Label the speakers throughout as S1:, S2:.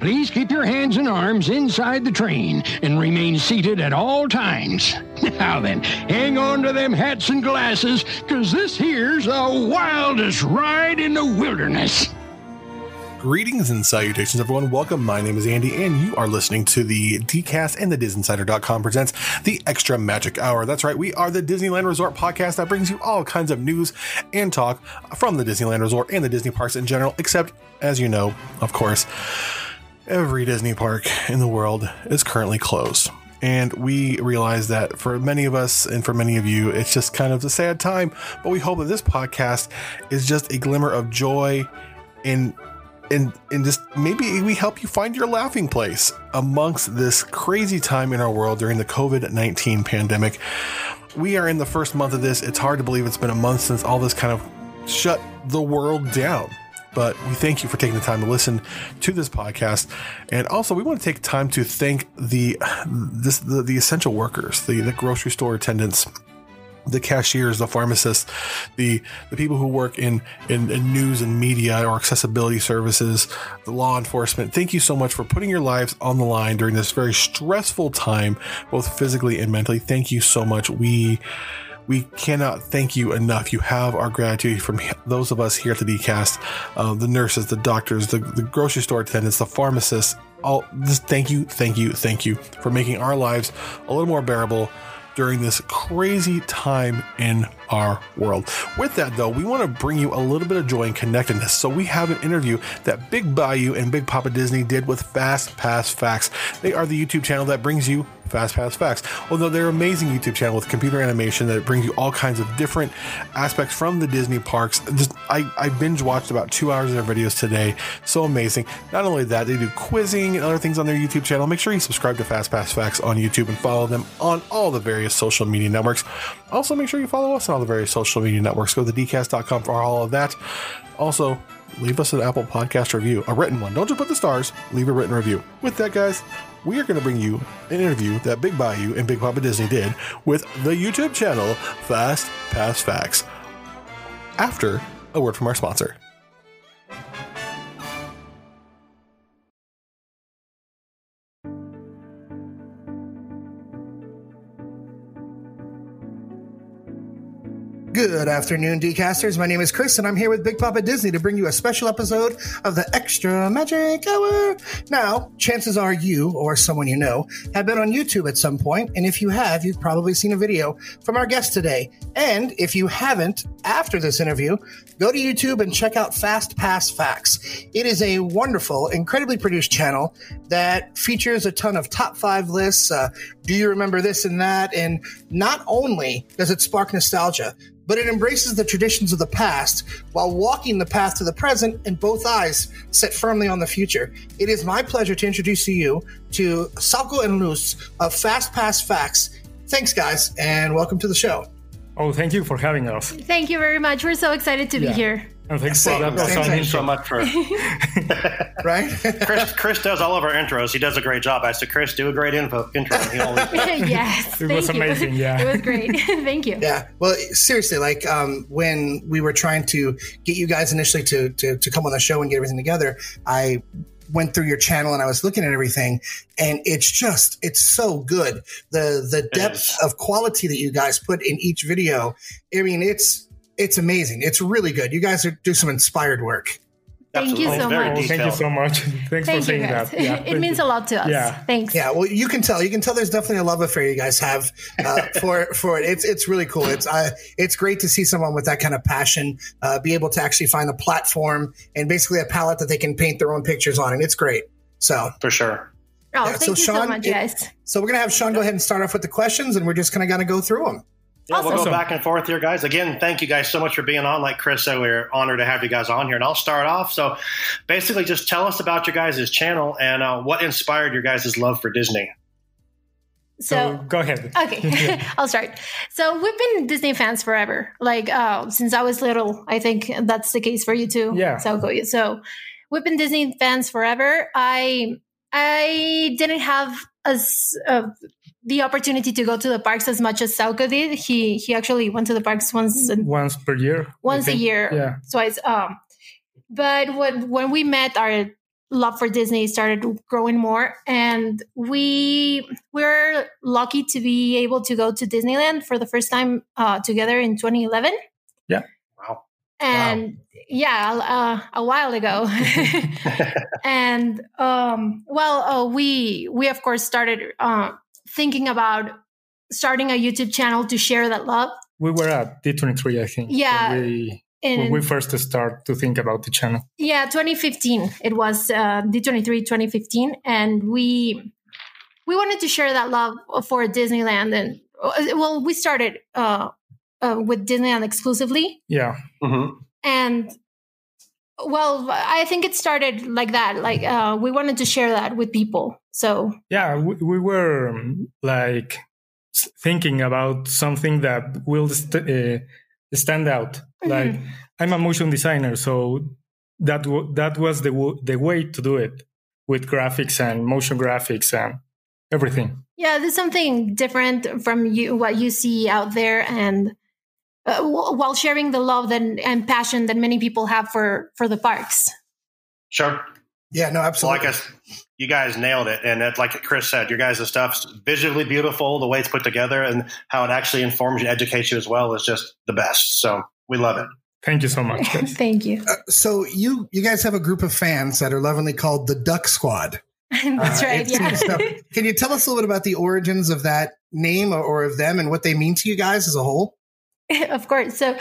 S1: Please keep your hands and arms inside the train and remain seated at all times. Now then, hang on to them hats and glasses, 'cause this here's the wildest ride in the wilderness.
S2: Greetings and salutations, everyone. Welcome. My name is Andy, and you are listening to the DCast and the DisInsider.com presents the Extra Magic Hour. That's right, we are the Disneyland Resort podcast that brings you all kinds of news and talk from the Disneyland Resort and the Disney parks in general, except, as you know, of course, every Disney park in the world is currently closed. And we realize that for many of us and for many of you, it's just kind of a sad time. But we hope that this podcast is just a glimmer of joy and and and just maybe we help you find your laughing place amongst this crazy time in our world during the COVID-19 pandemic. We are in the first month of this. It's hard to believe it's been a month since all this kind of shut the world down. But we thank you for taking the time to listen to this podcast, and also we want to take time to thank the this the, the essential workers, the the grocery store attendants, the cashiers, the pharmacists, the the people who work in, in in news and media or accessibility services, the law enforcement. Thank you so much for putting your lives on the line during this very stressful time, both physically and mentally. Thank you so much. We we cannot thank you enough. You have our gratitude from he- those of us here at the DCast, uh, the nurses, the doctors, the, the grocery store attendants, the pharmacists. All just thank you, thank you, thank you for making our lives a little more bearable during this crazy time in our world. With that, though, we want to bring you a little bit of joy and connectedness. So we have an interview that Big Bayou and Big Papa Disney did with Fast Pass Facts. They are the YouTube channel that brings you Fast Pass Facts. Although they're an amazing YouTube channel with computer animation that brings you all kinds of different aspects from the Disney parks. Just I, I binge watched about two hours of their videos today. So amazing. Not only that, they do quizzing and other things on their YouTube channel. Make sure you subscribe to Fast Pass Facts on YouTube and follow them on all the various social media networks. Also, make sure you follow us on all the various social media networks. Go to dcast.com for all of that. Also, leave us an Apple Podcast review, a written one. Don't just put the stars, leave a written review. With that, guys, we are going to bring you an interview that Big Bayou and Big Papa Disney did with the YouTube channel Fast Pass Facts after a word from our sponsor.
S3: Good afternoon, DCasters. My name is Chris, and I'm here with Big Papa Disney to bring you a special episode of the Extra Magic Hour. Now, chances are you or someone you know have been on YouTube at some point, and if you have, you've probably seen a video from our guest today. And if you haven't, after this interview, go to YouTube and check out Fast Pass Facts. It is a wonderful, incredibly produced channel that features a ton of top five lists. Uh, do you remember this and that? And not only does it spark nostalgia, but it embraces the traditions of the past while walking the path to the present and both eyes set firmly on the future. It is my pleasure to introduce to you to Salco and Luz of Fast Pass Facts. Thanks, guys, and welcome to the show.
S4: Oh, thank you for having us.
S5: Thank you very much. We're so excited to be here.
S4: And thanks
S3: Same-
S4: for that
S3: same
S4: awesome
S3: thing.
S6: Thank you
S4: intro.
S6: so much for
S3: Right?
S6: Chris. Chris does all of our intros. He does a great job. I said, Chris, do a great info, intro. and He always
S5: yes.
S4: It
S5: thank
S4: was
S5: you.
S4: amazing, yeah.
S5: It was great. thank you.
S3: Yeah. uh, Well, seriously, like um, when we were trying to get you guys initially to, to to come on the show and get everything together, I went through your channel and I was looking at everything, and it's just it's so good. The the depth
S6: is.
S3: of quality that you guys put in each video. I mean, it's it's amazing. It's really good. You guys are do some inspired work.
S5: Thank you
S6: Absolutely.
S5: so
S6: Very
S5: much.
S4: Oh,
S6: detailed.
S4: thank you so much. thanks for
S5: Thank you
S4: saying
S5: guys.
S4: that. Yeah,
S5: it
S4: thank
S5: means
S4: you.
S5: a lot to us.
S4: Yeah.
S5: Thanks.
S3: Yeah, well, you can tell. You can tell. There's definitely a love affair you guys have uh, for for it. It's it's really cool. It's uh, it's great to see someone with that kind of passion uh, be able to actually find a platform and basically a palette that they can paint their own pictures on, and it's great. So,
S6: for sure.
S3: Yeah,
S5: Oh, thank
S3: so
S5: you so
S3: Sean,
S5: much,
S3: it-
S5: guys.
S3: so we're gonna have Sean go ahead and start off with the questions, and we're just kind of gonna go through them.
S6: Yeah, we'll
S4: Awesome.
S6: go back and forth here, guys. Again, thank you guys so much for being on. Like Chris said, we're honored to have you guys on here. And I'll start off. So, basically, just tell us about your guys' channel and uh, what inspired your guys' love for Disney.
S4: So,
S5: So,
S4: go ahead.
S5: okay, I'll start. So we've been Disney fans forever, like uh, since I was little. I think that's the case for you too.
S4: Yeah.
S5: So go you. So we've been Disney fans forever. I I didn't have as uh, the opportunity to go to the parks as much as Sauko did. He he actually went to the parks once and
S4: Once per year. I
S5: once a
S4: think.
S5: year
S4: Yeah.
S5: twice um but when when we met our love for disney started growing more and we we're lucky to be able to go to disneyland for the first time uh together in 2011
S4: Yeah.
S6: Wow.
S5: and yeah uh, a while ago and um well uh, we we of course started uh thinking about starting a youtube channel to share that love
S4: We were at D23, I think.
S5: Yeah.
S4: When we,
S5: and
S4: when we first start to think about the channel.
S5: Yeah, 2015. It was uh, D23 2015, and we we wanted to share that love for Disneyland, and well, we started uh, uh, with Disneyland exclusively,
S4: Yeah.
S6: hmm
S5: and well, I think it started like that. Like uh, we wanted to share that with people. So
S4: Yeah. We, we were um, like s- thinking about something that will st- uh, stand out.
S5: Mm-hmm.
S4: Like, I'm a motion designer, so that w- that was the w- the way to do it with graphics and motion graphics and everything.
S5: Yeah, there's something different from you what you see out there, and uh, w- while sharing the love and, and passion that many people have for for the parks.
S6: Sure.
S3: Yeah, no,
S6: So, like
S3: absolutely.
S6: I, s- you guys nailed it, and that's like Chris said, your guys' stuff's visually beautiful. The way it's put together and how it actually informs you, educates you as well is just the best. So we love it.
S4: Thank you so much. guys.
S5: Thank you.
S3: so you you guys have a group of fans that are lovingly called the Duck Squad.
S5: That's
S3: Uh,
S5: right.
S3: it's-
S5: Yeah.
S3: it's stuff- Can you tell us a little bit about the origins of that name or, or of them and what they mean to you guys as a whole?
S5: of course. So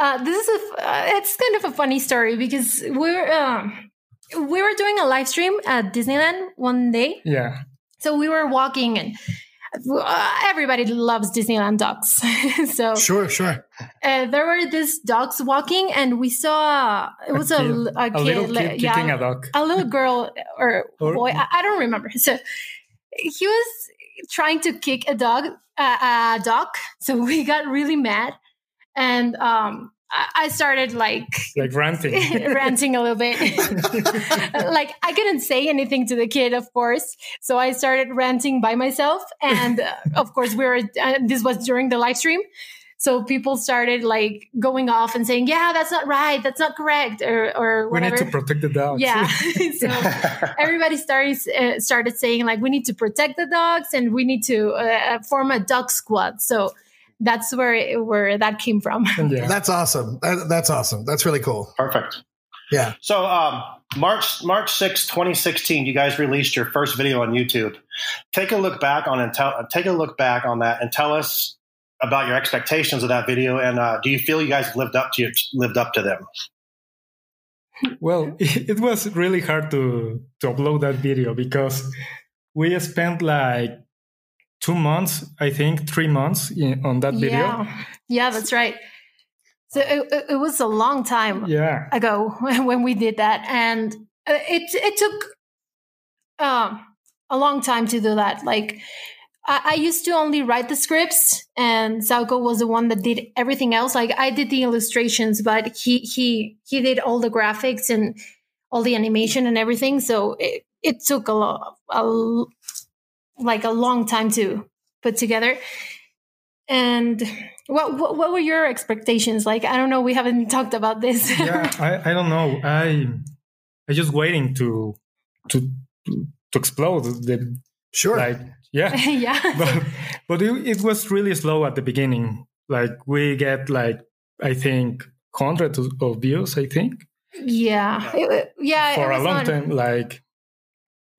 S5: uh, this is a uh, it's kind of a funny story because we're um, we were doing a live stream at Disneyland one day.
S4: Yeah,
S5: So we were walking and. Uh, everybody loves Disneyland dogs, so
S3: Sure, sure.
S5: uh, there were these dogs walking, and we saw it was a,
S4: kid.
S5: l- a
S4: a little
S5: kid, like,
S4: kid
S5: yeah,
S4: kicking a dog.
S5: a little girl or,
S4: Or-
S5: boy, I, I don't remember. So he was trying to kick a dog, uh, a dog. So we got really mad, and um, I, I started like
S4: Like ranting.
S5: ranting a little bit. like I couldn't say anything to the kid, of course. So I started ranting by myself, and uh, of course, we were. Uh, this was during the live stream. So people started like going off and saying, "Yeah, that's not right. That's not correct," or or
S4: we
S5: whatever.
S4: need to protect the dogs.
S5: Yeah. so everybody started uh, started saying like we need to protect the dogs and we need to uh, form a dog squad. So that's where it, where that came from.
S4: yeah.
S3: That's awesome. That- that's awesome. That's really cool.
S6: Perfect.
S3: Yeah.
S6: So um, March March sixth, 2016, you guys released your first video on YouTube. Take a look back on and tell, take a look back on that and tell us about your expectations of that video and uh, do you feel you guys lived up to your, lived up to them?
S4: Well, it was really hard to to upload that video because we spent like two months, I think, three months in, on that video.
S5: Yeah, yeah, that's right. So it, it, it was a long time
S4: Yeah.
S5: ago when we did that, and uh, it it took um, a long time to do that. Like I, I used to only write the scripts, and Sauko was the one that did everything else. Like I did the illustrations, but he he he did all the graphics and all the animation and everything. So it it took a lot, a, l- like a long time to put together. And what, what what were your expectations? Like I don't know, we haven't talked about this.
S4: yeah I, I don't know i i just waiting to to to explode the
S3: Sure.
S4: like yeah
S5: yeah.
S4: but, but it, it was really slow at the beginning like we get like i think hundreds of of views i think
S5: Yeah. It- it- yeah. it
S4: for a
S5: was
S4: long
S5: on-
S4: time like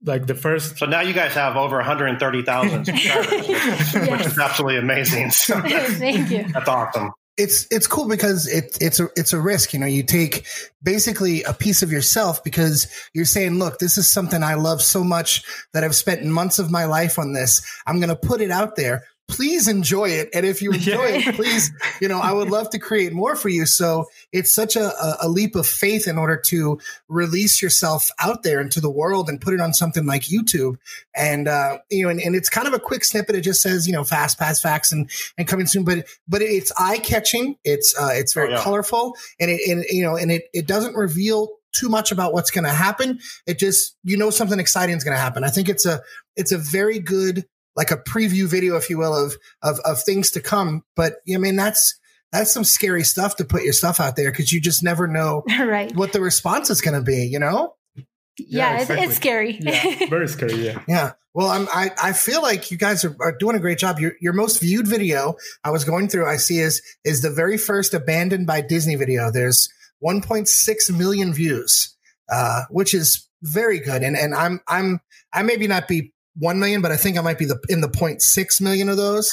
S4: like the first
S6: So now you guys have over 130,000 subscribers, which
S5: yes.
S6: is absolutely amazing. So
S5: Thank you.
S6: that's awesome.
S3: it's it's cool because it, it's a it's a risk you know you take basically a piece of yourself because you're saying look this is something i love so much that i've spent months of my life on this i'm going to put it out there please enjoy it. And if you enjoy
S4: Yeah.
S3: it, please, you know, I would love to create more for you. So it's such a, a, a leap of faith in order to release yourself out there into the world and put it on something like YouTube. And, uh, you know, and, and it's kind of a quick snippet. It just says, you know, fast, fast facts and, and coming soon, but, but it's eye catching. It's, uh, it's very
S6: Oh, yeah.
S3: colorful and it, and, you know, and it, it doesn't reveal too much about what's going to happen. It just, you know, something exciting is going to happen. I think it's a, it's a very good, like a preview video, if you will, of of of things to come. But I mean, that's that's some scary stuff to put your stuff out there because you just never know
S5: right.
S3: what the response is going to be. You know?
S5: Yeah,
S4: exactly.
S5: it's, it's scary.
S4: Yeah, very scary. Yeah.
S3: Yeah. Well, I'm, I I feel like you guys are, are doing a great job. Your your most viewed video I was going through, I see is is the very first abandoned by Disney video. There's 1.6 million views, uh, which is very good. And and I'm I'm I maybe not be one million, but I think I might be the in the 0.6 million of those.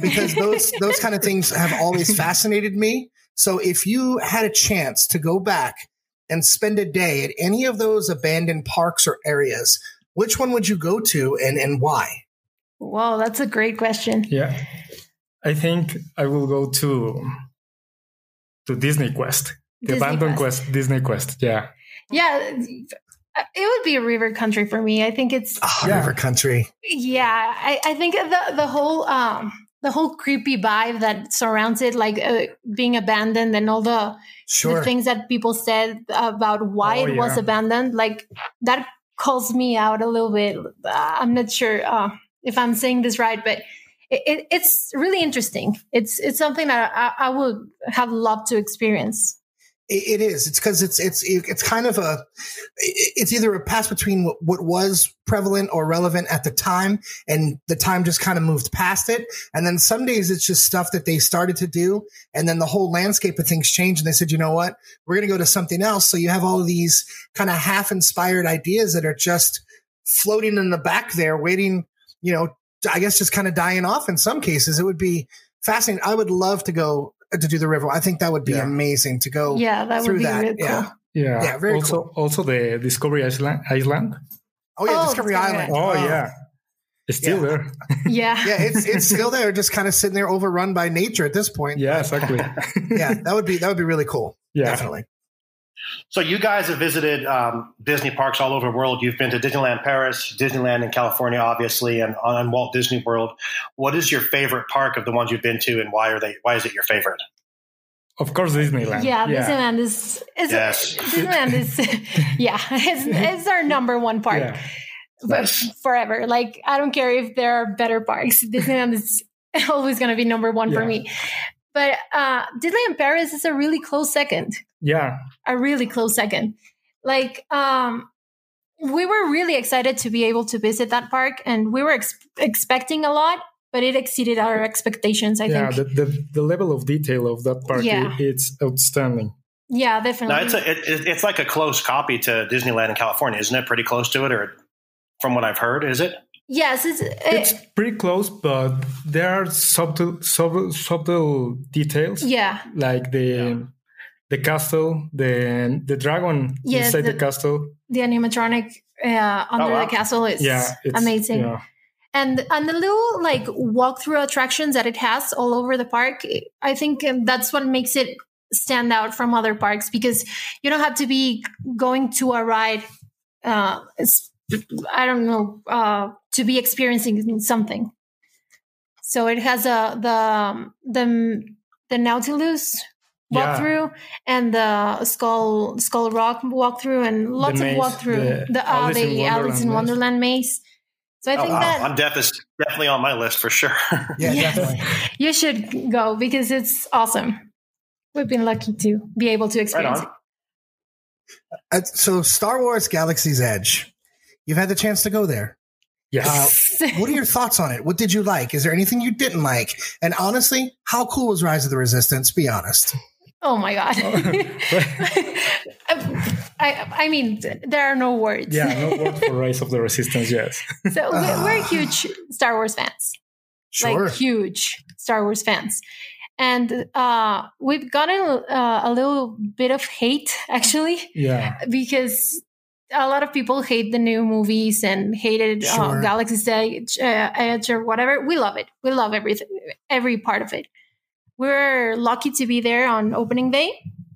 S3: because those those kind of things have always fascinated me. So if you had a chance to go back and spend a day at any of those abandoned parks or areas, which one would you go to and and why?
S5: Whoa, that's a great question.
S4: Yeah. I think I will go to to Disney Quest. The
S5: Disney
S4: abandoned quest. Disney Quest. Yeah.
S5: Yeah, it would be a river country for me. I think it's
S3: Ah,
S4: Yeah.
S3: River Country.
S5: yeah. I, I think the the whole um the whole creepy vibe that surrounds it, like uh, being abandoned and all the
S3: Sure.
S5: the things that people said about why
S4: Oh,
S5: it was
S4: yeah.
S5: abandoned, like that calls me out a little bit. Uh, I'm not sure uh, if I'm saying this right, but it, it, it's really interesting. It's it's something that I, I would have loved to experience.
S3: It, it is. It's because it's it's it's kind of a. It's either a pass between what, what was prevalent or relevant at the time, and the time just kind of moved past it. And then some days it's just stuff that they started to do, and then the whole landscape of things changed, and they said, you know what, we're going to go to something else. So you have all of these kind of half-inspired ideas that are just floating in the back there, waiting. You know, I guess just kind of dying off in some cases. It would be fascinating. I would love to go uh, to do the river. I think that would be
S4: Yeah.
S3: amazing to go.
S5: yeah, that
S3: through
S5: would be
S3: that,
S5: really cool.
S3: yeah.
S4: Yeah.
S3: Yeah, very
S4: also also the Discovery Island Island.
S3: Oh yeah,
S5: Oh,
S3: Discovery
S5: Discovery
S3: Island.
S4: Oh yeah. It's still
S3: Yeah.
S4: there.
S5: Yeah.
S3: yeah, it's it's still there, just kind of sitting there, overrun by nature at this point.
S4: Yeah, exactly.
S3: yeah, that would be that would be really cool.
S4: yeah.
S3: Definitely.
S6: So you guys have visited um, Disney parks all over the world. You've been to Disneyland Paris, Disneyland in California, obviously, and on Walt Disney World. What is your favorite park of the ones you've been to, and why are they? Why is it your favorite?
S4: Of course Disneyland.
S5: Yeah, Disneyland is, is
S6: Yes.
S5: Disneyland is yeah, it's, it's our number one park
S4: Yeah.
S5: for- forever. Like I don't care if there are better parks, Disneyland is always going to be number one for
S4: Yeah.
S5: me. But uh, Disneyland Paris is a really close second,
S4: Yeah.
S5: a really close second. Like um, we were really excited to be able to visit that park, and we were ex- expecting a lot, but it exceeded our expectations. I
S4: yeah.
S5: think.
S4: The, the the level of detail of that park
S5: Yeah.
S4: i- it's outstanding.
S5: yeah,
S6: No,
S5: definitely.
S6: it's a, it, it- it's like a close copy to Disneyland in California, isn't it? Pretty close to it, or from what I've heard, is it?
S5: yes, it's,
S4: It's
S5: it,
S4: pretty close, but there are subtle subtle subtle details.
S5: yeah.
S4: like the the castle, the the dragon
S5: Yeah,
S4: inside the,
S5: the-
S4: castle.
S5: the animatronic uh, under
S6: Oh, wow.
S5: the castle is
S4: Yeah, it's
S5: amazing.
S4: Yeah,
S5: And and the little like walkthrough attractions that it has all over the park, I think um, that's what makes it stand out from other parks because you don't have to be going to a ride. Uh, it's- I don't know uh, to be experiencing something. So it has a the the the Nautilus
S4: Yeah.
S5: walkthrough and the Skull Skull Rock walkthrough and lots
S4: maze,
S5: of walkthrough.
S4: the
S5: The, uh,
S4: Alice in
S5: the Alice in Wonderland
S4: Wonderland
S5: maze. So I
S6: Oh,
S5: think
S6: wow.
S5: that
S6: I'm def is definitely on my list for sure.
S3: Yeah,
S5: Yes.
S3: definitely.
S5: you should go because it's awesome. We've been lucky to be able to experience
S6: on.
S5: it.
S3: Uh, so Star Wars Galaxy's Edge. You've had the chance to go there. Uh,
S4: yes,
S3: What are your thoughts on it? What did you like? Is there anything you didn't like? And honestly, how cool was Rise of the Resistance? Be honest.
S5: Oh my god! I, I mean, th- there are no words.
S4: yeah, no word for Rise of the Resistance. Yes,
S5: so we're, we're huge Star Wars fans.
S3: Sure.
S5: like huge Star Wars fans. And uh, we've gotten uh, a little bit of hate actually
S4: yeah,
S5: because a lot of people hate the new movies and hated uh,
S3: Sure.
S5: Galaxy's Edge, uh, Edge or whatever. We love it. We love everything, every part of it. We're lucky to be there on opening day,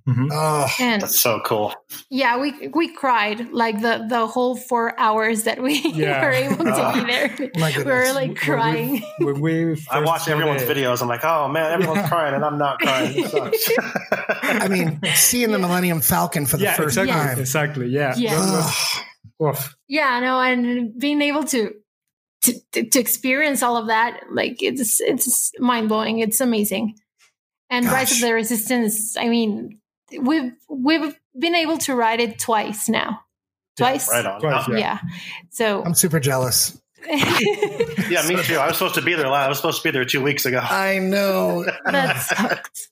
S4: Mhm.
S3: Oh,
S5: and
S6: That's so cool.
S5: yeah, we we cried like the the whole four hours that we
S4: Yeah.
S5: were able to be there.
S3: my
S5: we
S3: goodness.
S5: were like
S4: When we-
S5: crying.
S4: when we first
S6: I watch
S4: saw
S6: everyone's
S4: the-
S6: videos. I'm like, oh man, everyone's crying and I'm not crying. It sucks.
S3: I mean, seeing the Millennium Falcon for the
S4: Yeah,
S3: first
S4: exactly,
S3: time.
S4: exactly. Yeah,
S5: Yeah.
S4: That was-
S3: Ugh.
S4: oof.
S5: yeah no and being able to to, to, to experience all of that like it's it's mind blowing it's amazing and rise
S3: Gosh.
S5: of the resistance i mean we've we've been able to ride it twice now twice
S6: right on.
S4: Twice,
S5: yeah.
S4: yeah.
S5: so
S3: I'm super jealous.
S6: Yeah, me too. I was supposed to be there. la- I was supposed to be there two weeks ago.
S3: I know.
S5: that sucks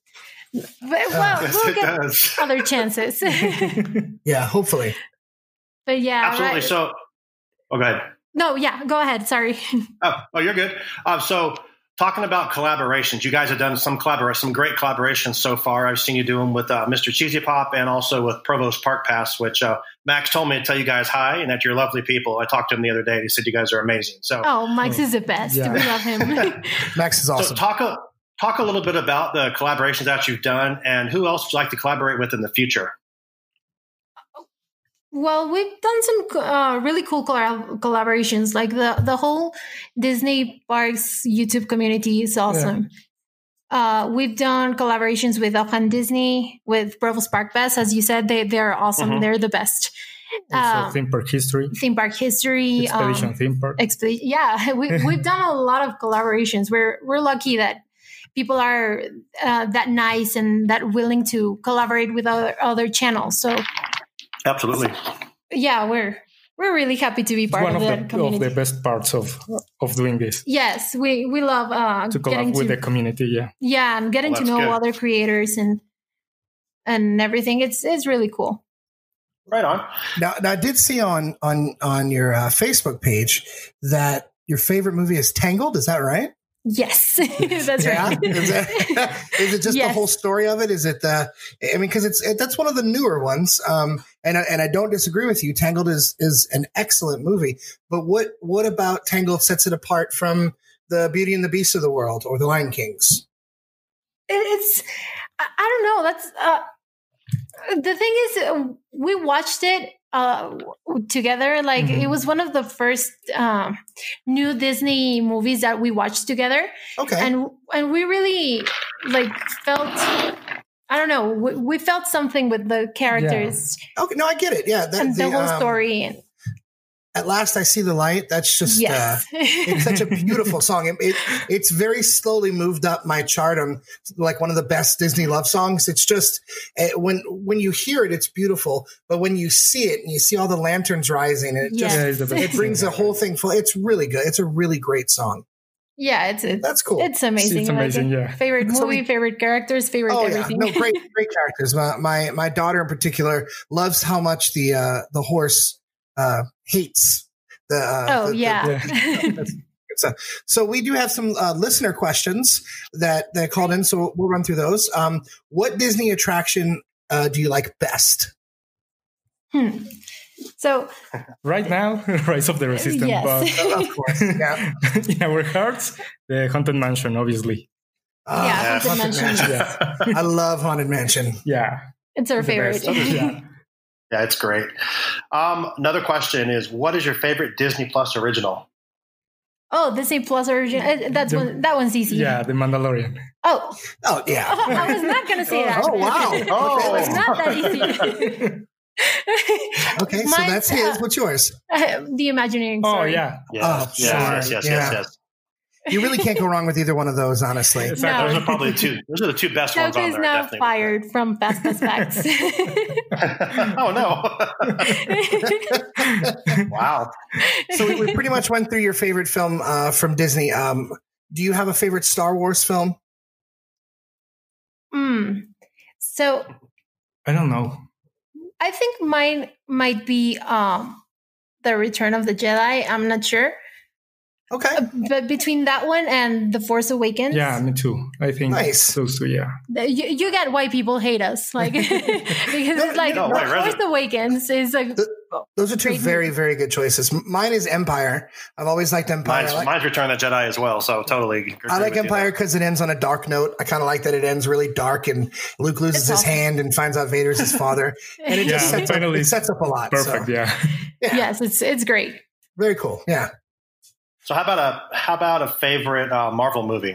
S5: but well
S6: Yes,
S5: we'll
S6: it
S5: get
S6: does.
S5: other chances
S3: Yeah, hopefully.
S5: but yeah
S6: Absolutely.
S5: right.
S6: So, oh, go ahead.
S5: no yeah go ahead sorry
S6: Oh, oh, you're good. Um, so talking about collaborations, you guys have done some collabor- some great collaborations so far. I've seen you do them with uh, Mr. Cheesy Pop and also with Provost Park Pass, which uh, Max told me to tell you guys hi and that you're lovely people. I talked to him the other day. He said you guys are amazing. So,
S5: oh mike's is the best
S4: Yeah.
S5: we love him
S3: Max is
S6: so
S3: awesome.
S6: talk a, talk a little bit about the collaborations that you've done and who else would you like to collaborate with in the future.
S5: Well, we've done some uh, really cool collab- collaborations. Like the the whole Disney Parks YouTube community is awesome. Uh, we've done collaborations with Afghan Disney, with Provost Park Best. As you said, they they're awesome.
S6: Mhm.
S5: They're the best.
S4: Also
S5: Um,
S4: Mm-hmm. theme park history,
S5: Theme park history.
S4: expedition
S5: um,
S4: theme park.
S5: Expedi- yeah, we, we've done a lot of collaborations. We're we're lucky that people are uh, that nice and that willing to collaborate with other other channels. So
S6: Absolutely.
S5: yeah, we're we're really happy to be
S4: It's
S5: part
S4: one
S5: of,
S4: of
S5: that
S4: the, of
S5: community.
S4: the best parts of of doing this
S5: yes, we we love uh,
S4: to
S5: getting
S4: collab
S5: to
S4: with the community. Yeah,
S5: yeah and getting
S6: Well,
S5: to know
S6: that's good.
S5: other creators and and everything. It's it's really cool.
S6: Right on.
S3: now, now, I did see on on on your uh, Facebook page that your favorite movie is Tangled. Is that right?
S5: Yes, that's
S3: yeah.
S5: right.
S3: Is, that, is it just the
S5: Yes.
S3: whole story of it? Is it the? I mean, because it's it, that's one of the newer ones. Um, and I, and I don't disagree with you. Tangled is is an excellent movie. But what what about Tangled sets it apart from the Beauty and the Beast of the world or the Lion Kings?
S5: It- it's I, I don't know. That's uh, the thing is uh, we watched it uh w- together like
S4: Mhm.
S5: it was one of the first um new disney movies that we watched together
S3: Okay,
S5: and and we really like felt i don't know we, we felt something with the characters
S3: okay. No, I get it. Yeah, that,
S5: and the, whole
S3: um,
S5: story and
S3: At last, I see the light. That's just uh,
S5: yes
S3: it's such a beautiful song. It, it it's very slowly moved up my chart on like one of the best Disney love songs. It's just eh, when when you hear it, it's beautiful, but when you see it and you see all the lanterns rising, it
S5: Yes.
S4: yeah, it's the best
S3: just it brings the whole thing full. It's really good. It's a really great song.
S5: yeah it's it's,
S3: That's cool.
S5: it's amazing,
S4: It's
S5: like,
S4: amazing. yeah,
S5: favorite
S3: So
S5: movie
S3: we-
S5: favorite characters favorite
S3: Oh yeah,
S5: everything
S3: no, great, great characters. My, my my daughter in particular loves how much the uh, the horse uh, hates the. Uh,
S5: oh
S3: the- the-
S5: yeah,
S3: So we do have some uh, listener questions that that called in, so we'll run through those. Um, what Disney attraction uh, do you like best?
S5: Hmm. so uh,
S4: right now, Rise of the Resistance,
S5: yes
S4: but
S3: of course, yeah,
S4: in our hearts, the Haunted Mansion, obviously.
S3: Ah,
S5: Yeah,
S6: Haunted
S5: Mansion.
S4: Yeah,
S3: I love Haunted Mansion.
S4: yeah,
S5: it's our
S4: the
S5: favorite
S4: best. Yeah.
S6: Yeah, it's great. Um, another question is what is your favorite Disney Plus original?
S5: oh disney plus origin uh, that's
S4: The-
S5: one that one's easy
S4: yeah, the Mandalorian.
S5: oh
S3: Oh yeah,
S5: i was not gonna say that
S3: Oh, wow.
S5: it was
S6: Oh.
S5: not that easy
S3: okay, so
S5: Mine's,
S3: that's his.
S5: uh,
S3: What's yours?
S5: the Imagineering.
S4: Oh
S5: sorry.
S4: yeah,
S3: Oh,
S6: yes, yes,
S3: sure.
S6: yes,
S3: Yeah.
S6: yes, yes.
S3: You really can't go wrong with either one of those, honestly.
S4: It's
S5: No.
S4: like-
S6: Those are probably the two. Those are the two best ones
S5: Toka
S6: on
S5: is
S6: there.
S5: now
S6: definitely.
S5: fired from Fast Fast Facts.
S6: oh no! wow.
S3: So we, we pretty much went through your favorite film uh, from Disney. Um, do you have a favorite Star Wars film?
S5: Hmm. So
S4: I don't know.
S5: I think mine might be um, the Return of the Jedi. I'm not sure.
S3: Okay.
S5: But between that one and The Force Awakens,
S4: Yeah, me too. I think
S3: Nice.
S4: those two. Yeah,
S5: th- you, you get why people hate us, like because it's like
S6: no, wait, rather-
S5: Force Awakens is like
S3: Those are two
S5: Great
S3: very, very good choices. M- Mine is Empire. I've always liked Empire.
S6: Mine's,
S3: I like,
S6: mine's Return of the Jedi as well. So totally. agree
S3: I like
S6: with you
S3: Empire
S6: there.
S3: because it ends on a dark note. I kind of like that it ends really dark and Luke loses
S5: It's
S3: his
S5: awesome.
S3: hand and finds out Vader's his father. And it just
S4: Yeah,
S3: sets up,
S4: finally.
S3: it sets up a lot.
S4: perfect.
S3: so.
S4: Yeah,
S5: yes, it's it's great.
S3: Very cool. Yeah.
S6: So how about a how about a favorite uh, Marvel movie?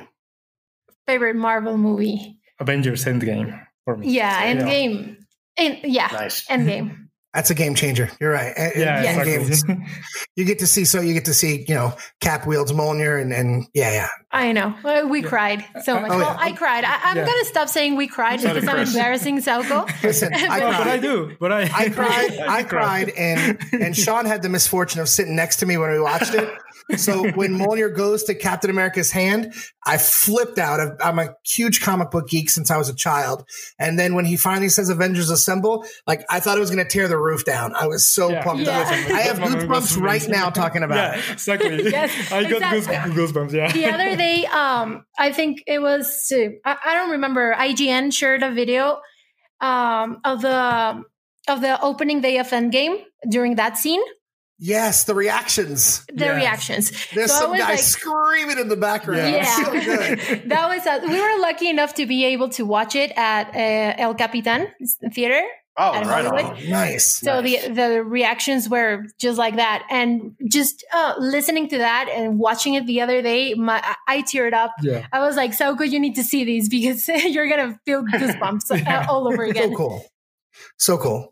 S5: Favorite Marvel movie?
S4: Avengers Endgame for me.
S5: Yeah, Endgame. And yeah,
S6: Nice.
S5: Endgame.
S3: That's a game changer. You're right. And- and
S4: yeah,
S5: Yeah.
S3: Endgame's-
S4: exactly.
S3: You get to see, so you get to see, you know, Cap wields Mjolnir and, and yeah, yeah.
S5: I know. Uh, We cried so much.
S3: Oh,
S5: well,
S3: yeah.
S5: I cried. I, I'm
S4: Yeah.
S5: gonna stop saying we cried
S4: Sorry,
S5: because I'm
S6: Chris.
S5: embarrassing Selko.
S3: Listen, I
S4: No, Oh, but I
S3: cried.
S4: do. But I,
S3: I cried. I cried, and and Sean had the misfortune of sitting next to me when we watched it. So when Mjolnir goes to Captain America's hand, I flipped out. I've- I'm a huge comic book geek since I was a child, and then when he finally says "Avengers Assemble," like I thought it was going to tear the roof down. I was so
S4: Yeah.
S3: pumped
S5: Yeah.
S3: up. I have
S4: That moment was
S3: goosebumps right
S4: amazing.
S3: now talking about
S4: Yeah,
S3: it.
S4: exactly.
S5: Yes,
S4: I got
S5: exactly.
S4: goose, goosebumps. Yeah.
S5: the other day um i think it was uh, I, I don't remember ign shared a video um of the of the opening day of endgame during that scene
S3: Yes, the reactions.
S5: the
S4: Yes.
S5: reactions
S3: There's
S5: So I
S3: some
S5: was
S3: guy
S5: like-
S3: screaming in the background.
S5: Yeah.
S3: So good.
S5: that was uh, we were lucky enough to be able to watch it at uh, el capitan theater
S6: Oh,
S5: And
S6: right on.
S5: Hollywood.
S3: Nice.
S5: so
S6: Nice.
S5: the the reactions were just like that and just uh, listening to that and watching it the other day my I- i teared up
S4: Yeah.
S5: I was like, so good, you need to see these because you're gonna feel goosebumps uh, all over again.
S3: So cool. So cool.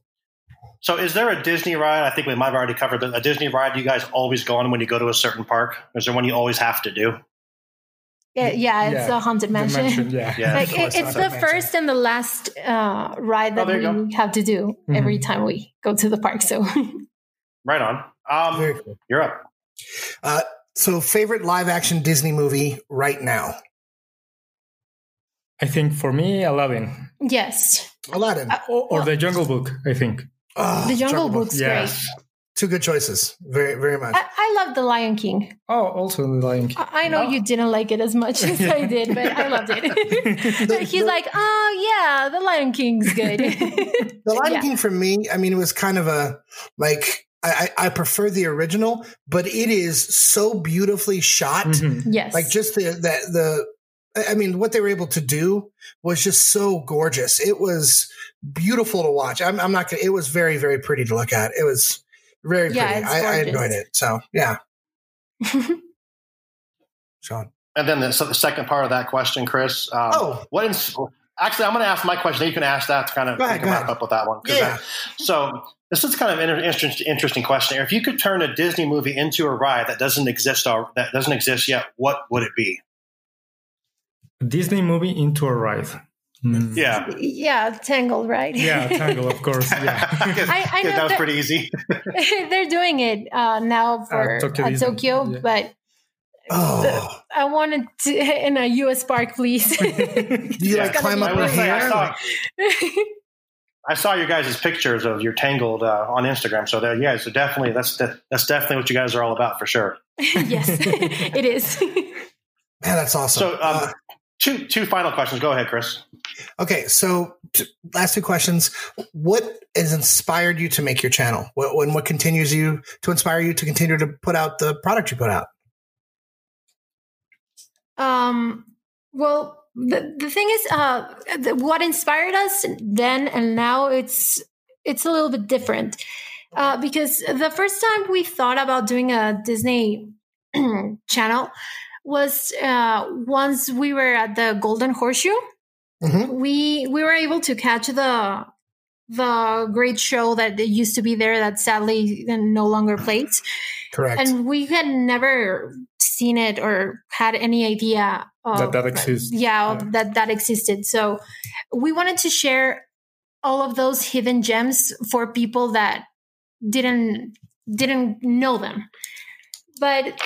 S6: So is there a Disney ride? I think we might have already covered the, a Disney ride. You guys always go on when you go to a certain park. Is there one you always have to do?
S5: Yeah, yeah, it's
S4: Yeah.
S5: a haunted
S4: The
S5: mansion.
S4: mansion, Yeah.
S6: Yeah.
S5: Like
S3: Of
S5: it,
S3: course,
S5: it's the
S3: haunted mansion.
S5: first and the last uh, ride
S6: Oh,
S5: that
S6: there
S5: we
S6: you
S5: have to do every time we go to the park. So
S6: Right on. Um,
S3: Very cool.
S6: you're up.
S3: So, favorite live action Disney movie right now?
S4: I think for me, Aladdin
S5: yes,
S3: Aladdin.
S4: or, or The Jungle Book. I think.
S3: Oh,
S5: Uh, the Jungle Book's Uh,
S4: Yes.
S3: Two good choices. Very, very much.
S5: great. I, I love the Lion King.
S4: Oh, also The Lion King.
S5: I, I know you didn't like it as much as I did, but I loved it. But He's like, oh yeah, the Lion King's good.
S3: The Lion
S5: yeah.
S3: King for me, I mean, it was kind of a like. I, I I prefer the original, but it is so beautifully shot.
S4: Mhm.
S5: yes,
S3: Like just the the the. I I mean, what they were able to do was just so gorgeous. It was beautiful to watch. I'm, I'm not gonna. It was very, very pretty to look at. It was very
S5: Yeah,
S3: pretty.
S5: it's
S3: I, I
S5: gorgeous.
S3: enjoyed it. So yeah, Sean.
S6: And then the, so the second part of that question, Chris. Um,
S3: Oh.
S6: what? Ins- actually, I'm going to ask my question. Then you can ask that to kind of
S3: Go ahead,
S6: we can
S3: go
S6: wrap
S3: ahead.
S6: up with that one. 'cause
S3: Yeah.
S6: that- so this is kind of an inter- interesting, interesting question. If you could turn a Disney movie into a ride that doesn't exist al- that doesn't exist yet, what would it be?
S4: Disney movie into a ride.
S3: Mm-hmm.
S4: Mm.
S6: Yeah.
S5: yeah, Tangled, right?
S4: Yeah, Tangle, of course. Yeah.
S5: I know
S6: that was
S5: that-
S6: pretty easy.
S5: they're doing it uh, now
S4: Uh,
S5: for uh,
S4: Tokyo
S5: Tokyo,
S4: Disney, yeah.
S5: but
S3: Oh,
S5: I wanted to in a U.S. park, please.
S3: do you
S6: Yeah.
S3: like climb
S6: I
S3: up her
S6: will say, I
S3: hair?
S6: saw, I saw your guys' pictures of your Tangled uh, on Instagram. So there, yeah, so definitely that's de- that's definitely what you guys are all about for sure.
S5: yes, it is.
S3: Man, that's awesome.
S6: So um,
S3: Uh,
S6: two two final questions. Go ahead, Chris.
S3: okay, so t- last two questions. What has inspired you to make your channel? What, when what continues you to inspire you to continue to put out the product you put out?
S5: Um, well, the the thing is, uh, th- what inspired us then and now it's it's a little bit different uh, because the first time we thought about doing a Disney channel was uh, once we were at the Golden Horseshoe.
S3: Mhm.
S5: we we were able to catch the the great show that it used to be there that sadly uh, no longer plays
S3: Correct.
S5: and we had never seen it or had any idea of,
S4: That that exists.
S5: Oh, yeah,
S4: Yeah.
S5: of that that existed so we wanted to share all of those hidden gems for people that didn't didn't know them but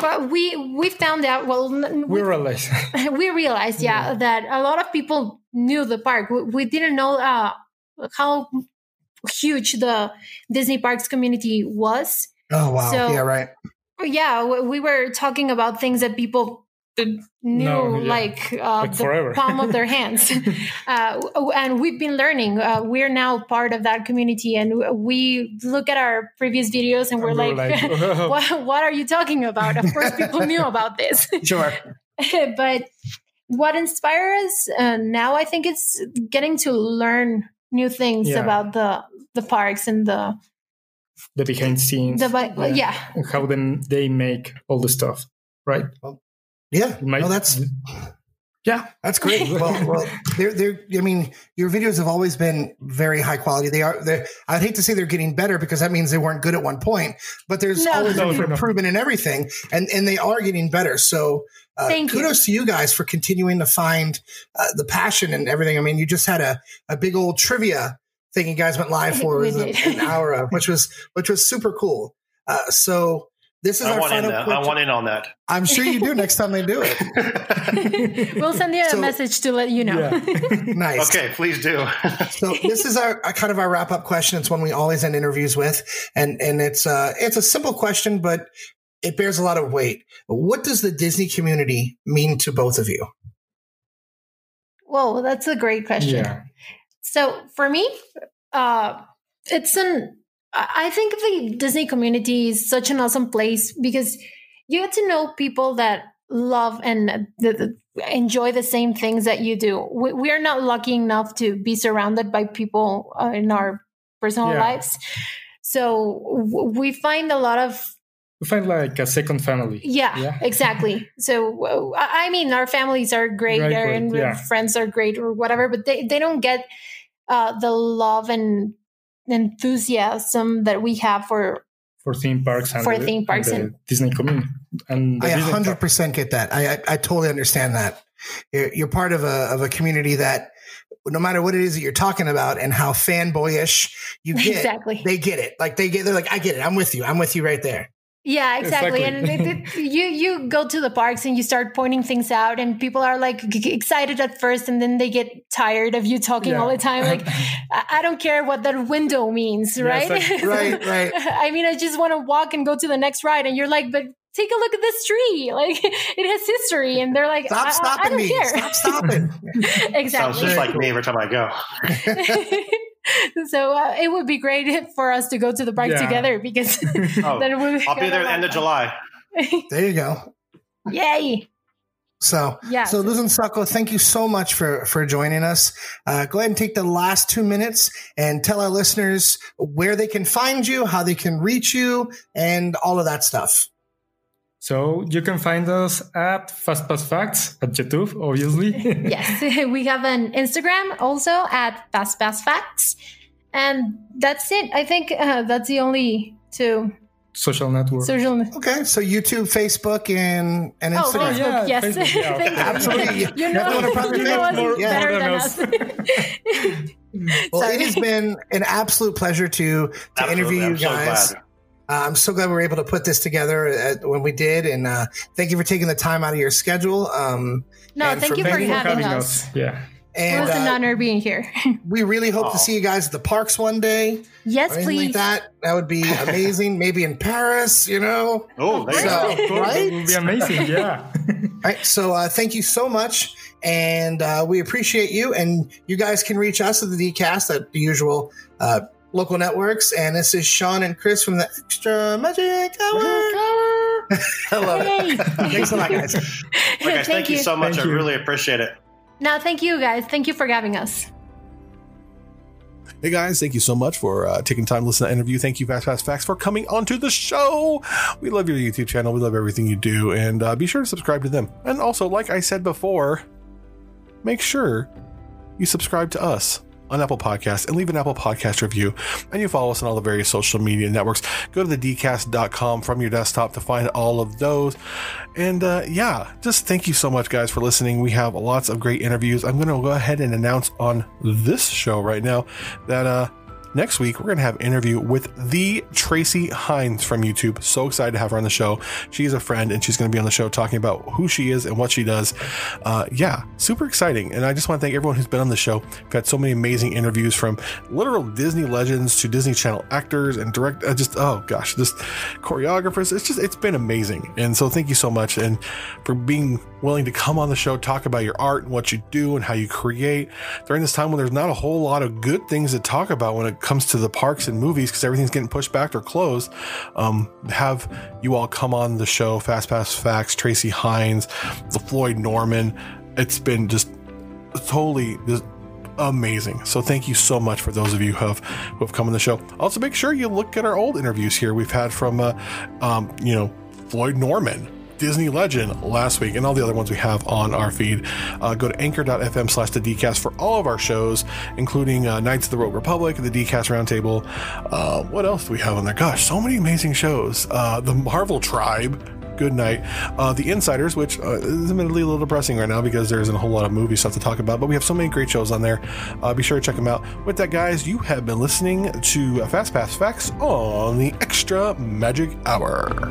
S5: but we we found out well n-
S4: We realize.
S5: we realized yeah, that a lot of people knew the park we, we didn't know uh, how huge the disney parks community was
S3: oh wow,
S5: so-
S3: yeah, right.
S5: Oh, yeah, w- we were talking about things that people d- knew
S4: No, yeah.
S5: like, uh,
S4: Like
S5: the
S4: forever.
S5: palm of their hands. uh, w- and we've been learning. Uh, we're now part of that community, and w- we look at our previous videos and we're,
S4: And "Oh."
S5: like, what, what are you talking about? Of course, people knew about this.
S3: Sure.
S5: but what inspires us uh, now, I think it's getting to learn new things
S4: Yeah.
S5: about the the parks and the
S4: the behind scenes,
S5: the bi-
S4: Yeah.
S5: yeah
S4: and how them they make all the stuff, right?
S3: Yeah.
S4: It might-
S3: no, that's
S4: yeah,
S3: That's great. Well, well, they're they're. I mean, your videos have always been very high quality. They are. They're, I'd hate to say they're getting better because that means they weren't good at one point. But there's
S5: No.
S3: always
S4: No,
S3: room for
S4: no.
S3: improvement in everything, and and they are getting better. So. Uh,
S5: Thank you.
S3: kudos to you guys for continuing to find uh, the passion and everything. I mean, you just had a, a big old trivia thing you guys went live for
S5: We
S3: it was a-
S5: did.
S3: an hour of, which was which was super cool. Uh, so this is
S6: I
S3: our
S6: want in
S3: final.
S6: that.
S3: question.
S6: I want in on that.
S3: I'm sure you do next time they do it.
S5: we'll send you
S3: So-
S5: a message to let you know.
S3: Nice.
S6: Okay, please do.
S3: So this is our, our kind of our wrap up question. It's one we always end interviews with, and and it's uh it's a simple question, but it bears a lot of weight. What does the Disney community mean to both of you?
S5: Well, that's a great question.
S4: yeah.
S5: So for me, uh, it's an. I I think the Disney community is such an awesome place because you get to know people that love and uh, th- th- enjoy the same things that you do. We, we are not lucky enough to be surrounded by people uh, in our personal
S4: Yeah.
S5: lives, so w- we find a lot of
S4: We find like a second family.
S5: yeah,
S4: Yeah.
S5: exactly. So uh, I I mean, our families are great,
S4: Right,
S5: or-
S4: right,
S5: and
S4: yeah.
S5: our friends are great, or whatever, but they they don't get uh, the love and enthusiasm that we have for.
S4: for theme parks and
S5: For
S4: the,
S5: theme parks
S4: and the
S5: and-
S4: Disney community. And the
S3: I
S4: Disney
S3: hundred percent get that. I, I I totally understand that. You're, you're part of a of a community that no matter what it is that you're talking about and how fanboyish you get,
S5: Exactly.
S3: they get it. Like they get, they're like, I get it. I'm with you. I'm with you right there.
S5: Yeah, exactly.
S4: Exactly.
S5: And it, it, you you go to the parks and you start pointing things out, and people are like g- g- excited at first, and then they get tired of you talking
S4: Yeah.
S5: all the time. Like, I, I don't care what that window means,
S4: Yeah,
S5: right?
S4: it's like-
S3: Right, right.
S5: I mean, I just want to walk and go to the next ride, and you're like, but take a look at this tree. Like, it has history, and they're like,
S3: Stop
S5: I, I- I
S3: stopping
S5: don't
S3: me.
S5: care.
S3: Stop stopping.
S6: Sounds
S5: exactly.
S6: just like me every time I go.
S5: so uh, it would be great for us to go to the park
S4: Yeah.
S5: together because
S6: Oh,
S5: then we'll
S6: I'll be there at the end of July.
S3: there you go.
S5: Yay!
S3: So
S5: Yeah.
S3: So, Luz and Sako, thank you so much for for joining us. Uh, go ahead and take the last two minutes and tell our listeners where they can find you, how they can reach you, and all of that stuff.
S4: So you can find us at Fast Pass Facts at YouTube, obviously.
S5: yes, we have an Instagram also at Fast Fast Facts, and that's it. I think uh, that's the only two
S4: Social network.
S5: social.
S3: Okay, so YouTube, Facebook, and and
S5: Oh,
S3: Instagram.
S5: Facebook,
S4: yeah,
S5: yes.
S4: Facebook, yeah,
S5: Thank you.
S3: Absolutely.
S5: You
S3: That's
S5: know,
S3: what a proper
S5: you know us
S4: Facebook-
S3: Yeah.
S5: better than
S4: more
S5: us.
S3: well,
S5: Sorry.
S3: it has been an absolute pleasure to to
S6: Absolutely.
S3: interview
S6: I'm
S3: you
S6: so
S3: guys.
S6: glad.
S3: Uh, I'm so glad we were able to put this together uh when we did, and uh, thank you for taking the time out of your schedule. Um,
S5: no,
S3: And
S5: thank
S3: for
S5: you for
S4: Thank you
S5: having, us.
S4: Yeah.
S5: It
S3: and
S5: was an
S3: uh,
S5: honor being here.
S3: we really hope to
S6: Aw.
S3: see you guys at the parks one day. or
S5: yes,
S3: anything like
S5: please.
S3: that. That would be amazing. Maybe in Paris, you know.
S6: Oh, there you
S3: So-
S6: go.
S4: Of course,
S3: Right?
S4: It would be amazing. Yeah.
S3: All right. So uh, thank you so much, and uh, we appreciate you. And you guys can reach us at the DCast at the usual uh, local networks. And this is Sean and Chris from the Extra Magic Hour. I love it.
S5: Yay.
S3: Thanks a lot, guys.
S6: Well, guys, thank, you. so much.
S4: Thank
S6: I
S4: you.
S6: really appreciate it.
S5: No, thank you guys. Thank you for having us.
S2: Hey guys, thank you so much for uh, taking time to listen to the interview. Thank you, Fast Fast Facts, for coming onto the show. We love your YouTube channel. We love everything you do. And uh, be sure to subscribe to them. And also, like I said before, make sure you subscribe to us on Apple Podcasts and leave an Apple Podcast review. And you follow us on all the various social media networks. Go to thedcast.com from your desktop to find all of those. And uh, yeah, just thank you so much, guys, for listening. We have lots of great interviews. I'm going to go ahead and announce on this show right now that uh, Next week, we're going to have an interview with the Tracy Hines from YouTube. So excited to have her on the show. She's a friend and she's going to be on the show talking about who she is and what she does. Uh, yeah, super exciting. And I just want to thank everyone who's been on the show. We've had so many amazing interviews from literal Disney legends to Disney Channel actors and direct, uh, just, oh gosh, just choreographers. It's just, it's been amazing. And so thank you so much. And for being willing to come on the show, talk about your art and what you do and how you create during this time when there's not a whole lot of good things to talk about when it comes to the parks and movies because everything's getting pushed back or closed. Um, have you all come on the show, Fast Pass Facts, Tracy Hines, the Floyd Norman. It's been just totally just amazing. So thank you so much for those of you who have who have come on the show. Also, make sure you look at our old interviews here we've had from uh, um, you know Floyd Norman. Disney Legend last week and all the other ones we have on our feed. Uh, go to anchor.fm slash the decast for all of our shows, including uh, Knights of the Rogue Republic, the decast roundtable. Uh, what else do we have on there? Gosh, so many amazing shows. Uh, the Marvel Tribe, good night. Uh, the Insiders, which uh, is admittedly a little depressing right now because there isn't a whole lot of movie stuff to talk about, but we have so many great shows on there. Uh, be sure to check them out. With that, guys, you have been listening to Fast Pass Facts on the Extra Magic Hour.